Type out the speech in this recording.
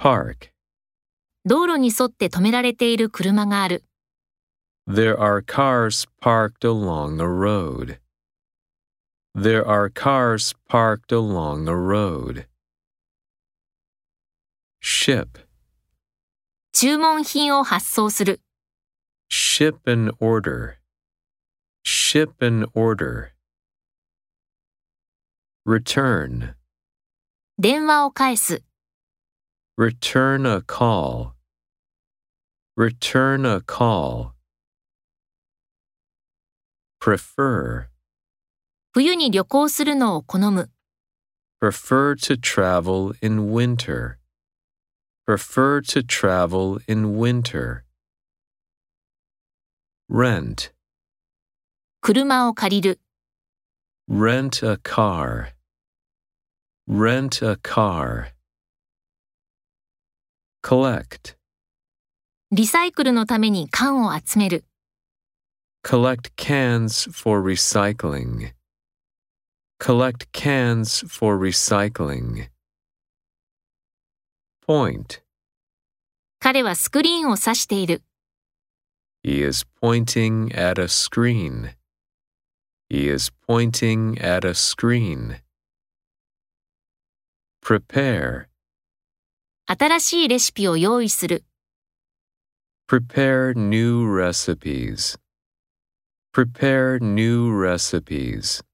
Park. 道路に沿って止められている車がある。 There are cars parked along the road. There are cars parked along the road. Ship. 注文品を発送する。 Ship an order. Ship an order. Return. 電話を返す。 Return a call. Return a call. Prefer. 冬に旅行するのを好む。 Prefer to travel in winter. Prefer to travel in winter. Rent. 車を借りる。 Rent a car. Rent a car. Collect. リサイクルのために缶を集める。 Collect cans for recycling. Collect cans for recycling. Point. 彼はスクリーンを指している。 He is pointing at a screen. He is pointing at a screen. Prepare. 新しいレシピを用意する。 Prepare new recipes. Prepare new recipes.